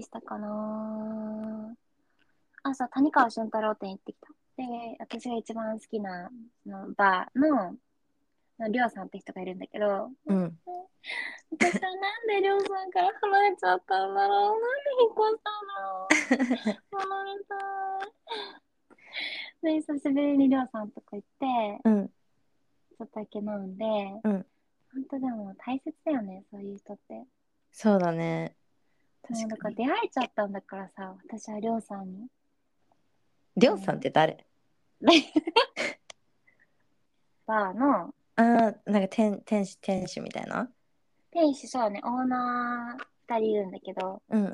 したかなあ、そう、谷川俊太郎店行ってきた。で、私が一番好きなそのバーの、のりょうさんって人がいるんだけど、うん。私はなんでりょうさんから離れちゃったんだろうなんで引っ越したの 離れたい。で、久しぶりにりょうさんとこ行って、うん。ちょっとだけ飲んで、うん本当でも大切だよね、そういう人って。そうだね。もうだか確からに。出会えちゃったんだからさ、私はりょうさんに。りょうさんって誰 バーのああ、なんか天天使、天使みたいな。店主そうね、オーナー2人いるんだけど、うんうん。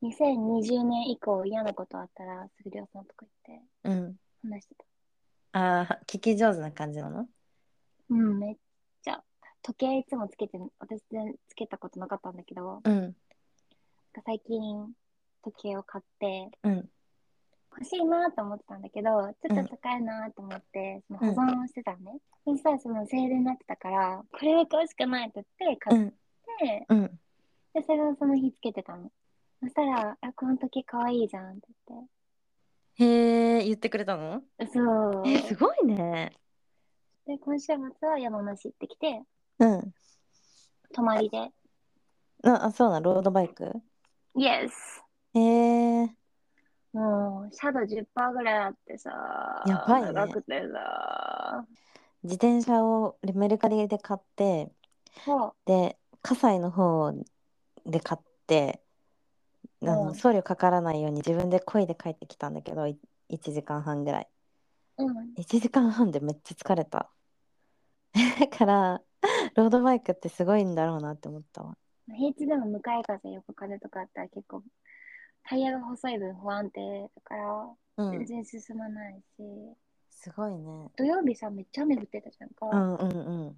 2020年以降嫌なことあったら、すぐりょうさんとこ行ってうん。話してた。ああ、聞き上手な感じなのうん、めっちゃ。時計いつもつけて、私全然つけたことなかったんだけど、うん。最近時計を買って、うん。欲しいなと思ってたんだけど、ちょっと高いなと思って、その保存をしてたのね。そしたらそのセールになってたから、これは買うしかないって言ってう買っん。て、うん。で、それをその日つけてたの。そしたら、あ、この時可愛いじゃんって言っへえ、言ってくれたのて。そう。え、すごいね。で、今週末は山梨行ってきて、うん。泊まりで。あ、あそうなのロードバイクイエスへえ。もう、シャドウ10%ぐらいあってさ、やばいね長くてさ、自転車をメルカリで買って、そう、で、葛西の方で買って、あうんの送料かからないように自分で漕いで帰ってきたんだけど、い1時間半ぐらい。うん、 1時間半でめっちゃ疲れた。 だから、ロードバイクってすごいんだろうなって思ったわ。平地でも向かい風、横風とかあったら結構、タイヤが細い分不安定だから、う全ん、然進まないし、すごいね。土曜日さ、めっちゃ雨降ってたじゃんか。うんうん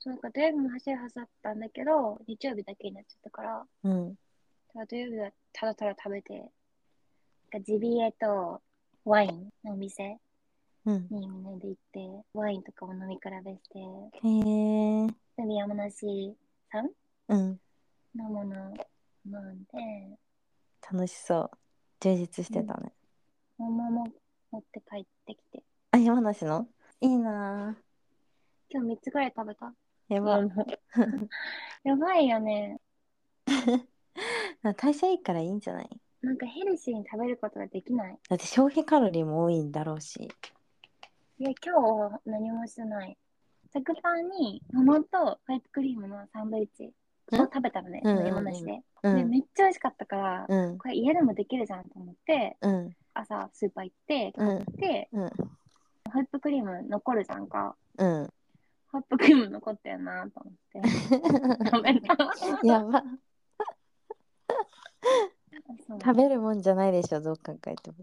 そうなんか土曜日も走り挟ったんだけど、日曜日だけになっちゃったから、うん。うん。ただ土曜日はただただ食べて、なんかジビエとワインのお店にうん。みんなで行って、ワインとかも飲み比べして、へえ。海山梨産うん。のもの飲んで、楽しそう。充実してたね。桃も持って帰ってきて、あ、山梨のいいな今日3つぐらい食べた。ぁ。やば。やばいよね。代謝いいからいいんじゃないなんかヘルシーに食べることができない。だって消費カロリーも多いんだろうし。いや、今日は何もしてない。食パンに桃とホイップクリームのサンドイッチを食べたのね、うんうんうん山梨で。うで、ん。めっちゃ美味しかったから、うん。これ家でもできるじゃんと思ってうん。朝スーパー行ってう買ん。って、うん。ホイップクリーム残るじゃんかうん。ホイップクリーム残ってんなと思ってごめんな やば。そう食べるもんじゃないでしょ、どう考えても。